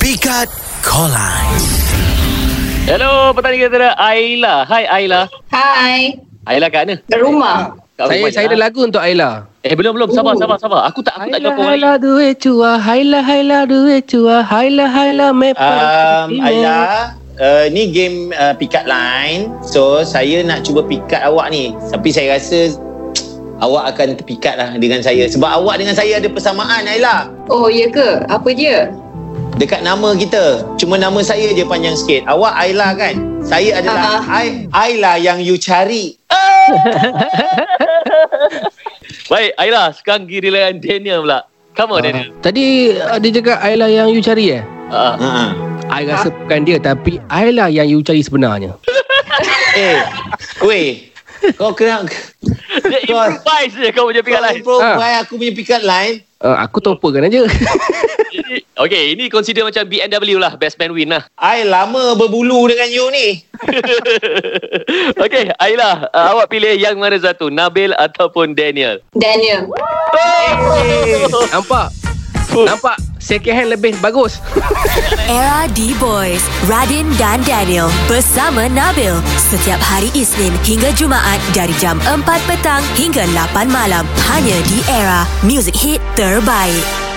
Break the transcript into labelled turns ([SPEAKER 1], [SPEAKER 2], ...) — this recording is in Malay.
[SPEAKER 1] Pikat Kolan.
[SPEAKER 2] Hello, petani kata Aila. Hai Aila.
[SPEAKER 3] Hai,
[SPEAKER 2] Aila kat mana?
[SPEAKER 3] rumah.
[SPEAKER 2] Kat
[SPEAKER 4] Saya Oh.
[SPEAKER 2] rumah
[SPEAKER 4] saya
[SPEAKER 2] je,
[SPEAKER 4] ada lagu untuk Aila.
[SPEAKER 2] ah. Eh belum belum sabar sabar sabar. Aku tak ah? aku tak jawab kau lagi.
[SPEAKER 4] duwe chua, haila haila duwe chua, haila haila me
[SPEAKER 5] Um, Aila, uh, ni game uh, pick-up line. So, saya nak cuba pick-up awak ni. Tapi saya rasa awak akan terpikat lah dengan saya. Sebab awak dengan saya ada persamaan, Aila.
[SPEAKER 3] Oh, ya ke? Apa dia?
[SPEAKER 5] Dekat nama kita. Cuma nama saya je panjang sikit. Awak Aila kan? Saya adalah
[SPEAKER 3] Ah.
[SPEAKER 5] I- Aila yang you cari.
[SPEAKER 2] Baik, Aila, sekarang giliran Daniel pula. Come on
[SPEAKER 4] Ah.
[SPEAKER 2] Daniel.
[SPEAKER 4] Tadi uh, dia cakap Aila yang you cari eh?
[SPEAKER 2] Ah.
[SPEAKER 5] Ha.
[SPEAKER 4] I rasa bukan dia tapi Aila yang you cari sebenarnya.
[SPEAKER 5] Eh, weh. Kau kena
[SPEAKER 2] Dia improvise je kau punya
[SPEAKER 5] kau
[SPEAKER 2] pinggan lain.
[SPEAKER 3] Ah.
[SPEAKER 5] improvise aku punya pick-up line.
[SPEAKER 4] Uh, aku topakan aja.
[SPEAKER 2] Ini- Okay, ini consider macam BMW lah. Best man win lah.
[SPEAKER 5] I lama berbulu dengan you ni.
[SPEAKER 2] okay, Aila, ah, awak pilih yang mana satu? Nabil ataupun Daniel?
[SPEAKER 3] Daniel.
[SPEAKER 4] Nampak? Nampak second hand lebih bagus.
[SPEAKER 6] Era D-Boys, Radin dan Daniel bersama Nabil setiap hari Isnin hingga Jumaat dari jam 4 petang hingga 8 malam hanya di Era Music Hit Terbaik.